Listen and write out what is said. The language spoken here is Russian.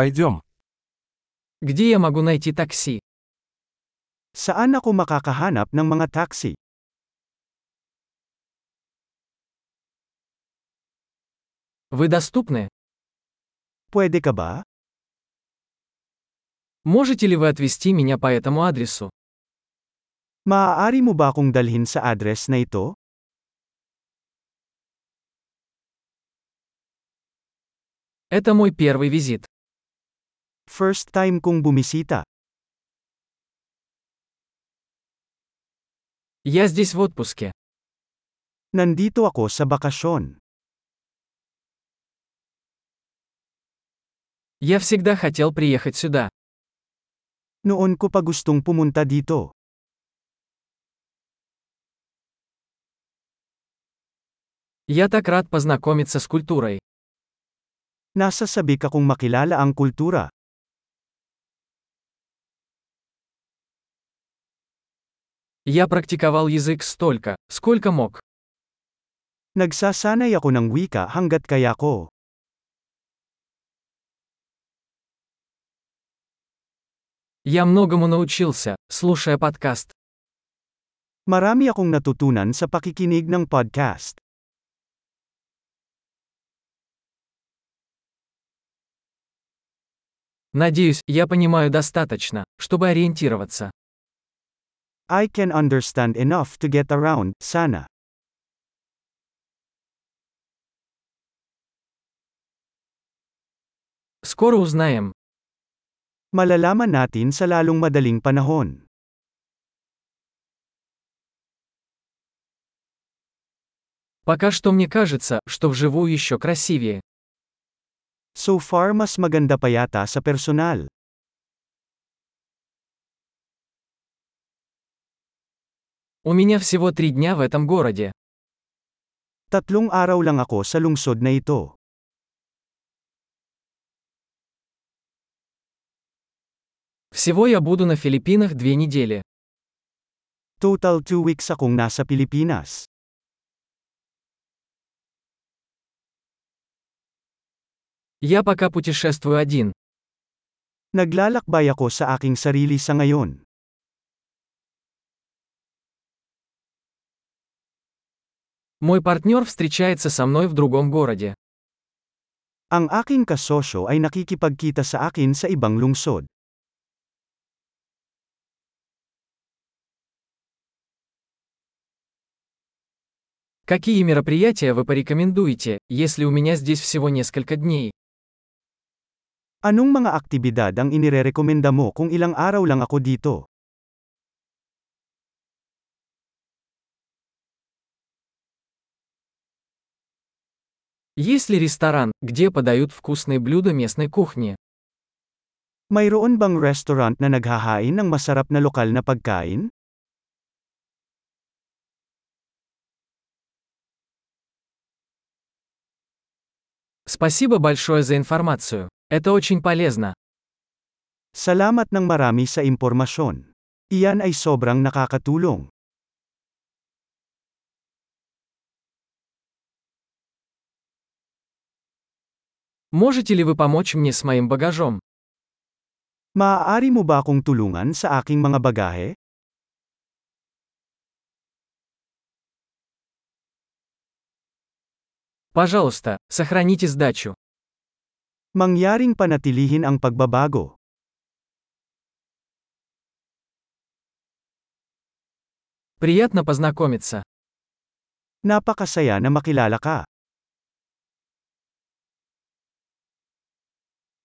Пойдем. Где я могу найти такси? Saan ako makakahanap ng mga taxi? Вы доступны? Pwede ka ba? Можете ли вы отвезти меня по этому адресу? Maaari mo ba akong dalhin sa address na ito? Это мой первый визит. First time kong bumisita. Я здесь в отпуске. Nandito ako sa bakasyon. Я всегда хотел приехать сюда. Noon ko pa gustong pumunta dito. Я так рад познакомиться с культурой. Nasasabik akong makilala ang kultura. Я практиковал язык столько, сколько мог. Nagsasanay ako ng wika hanggat kaya ko. Я многому научился, слушая подкаст. Marami akong natutunan sa pakikinig ng podcast. Надеюсь, я понимаю достаточно, чтобы ориентироваться. I can understand enough to get around, sana. Скоро узнаем. Malalaman natin sa lalong madaling panahon. Пока что мне кажется, что вживую еще красивее. So far mas maganda pa yata sa personal. У меня всего три дня в этом городе. Tatlong araw lang ako sa lungsod na ito. Всего я буду на Филиппинах две недели. Total 2 weeks akong nasa Pilipinas. Я пока путешествую один. Naglalakbay ako sa aking sarili sa ngayon. Мой партнер встречается со мной в другом городе. Ang aking kasosyo ay nakikipagkita sa akin sa ibang lungsod. Какие мероприятия вы порекомендуете, если у меня здесь всего несколько дней? Anong mga aktibidad ang inirerekomenda mo kung ilang araw lang ako dito? Есть ли ресторан, где подают вкусные блюда местной кухни? Mayroon bang restaurant na naghahain ng masarap na lokal na pagkain? Спасибо большое за информацию. Это очень полезно. Salamat ng marami sa impormasyon. Iyan ay sobrang nakakatulong. Можете ли вы помочь мне с моим багажом? Maaari mo ba akong tulungan sa aking mga bagahe? Пожалуйста, сохраните сдачу. Mangyaring panatilihin ang pagbabago. Приятно познакомиться. Napakasaya na makilala ka.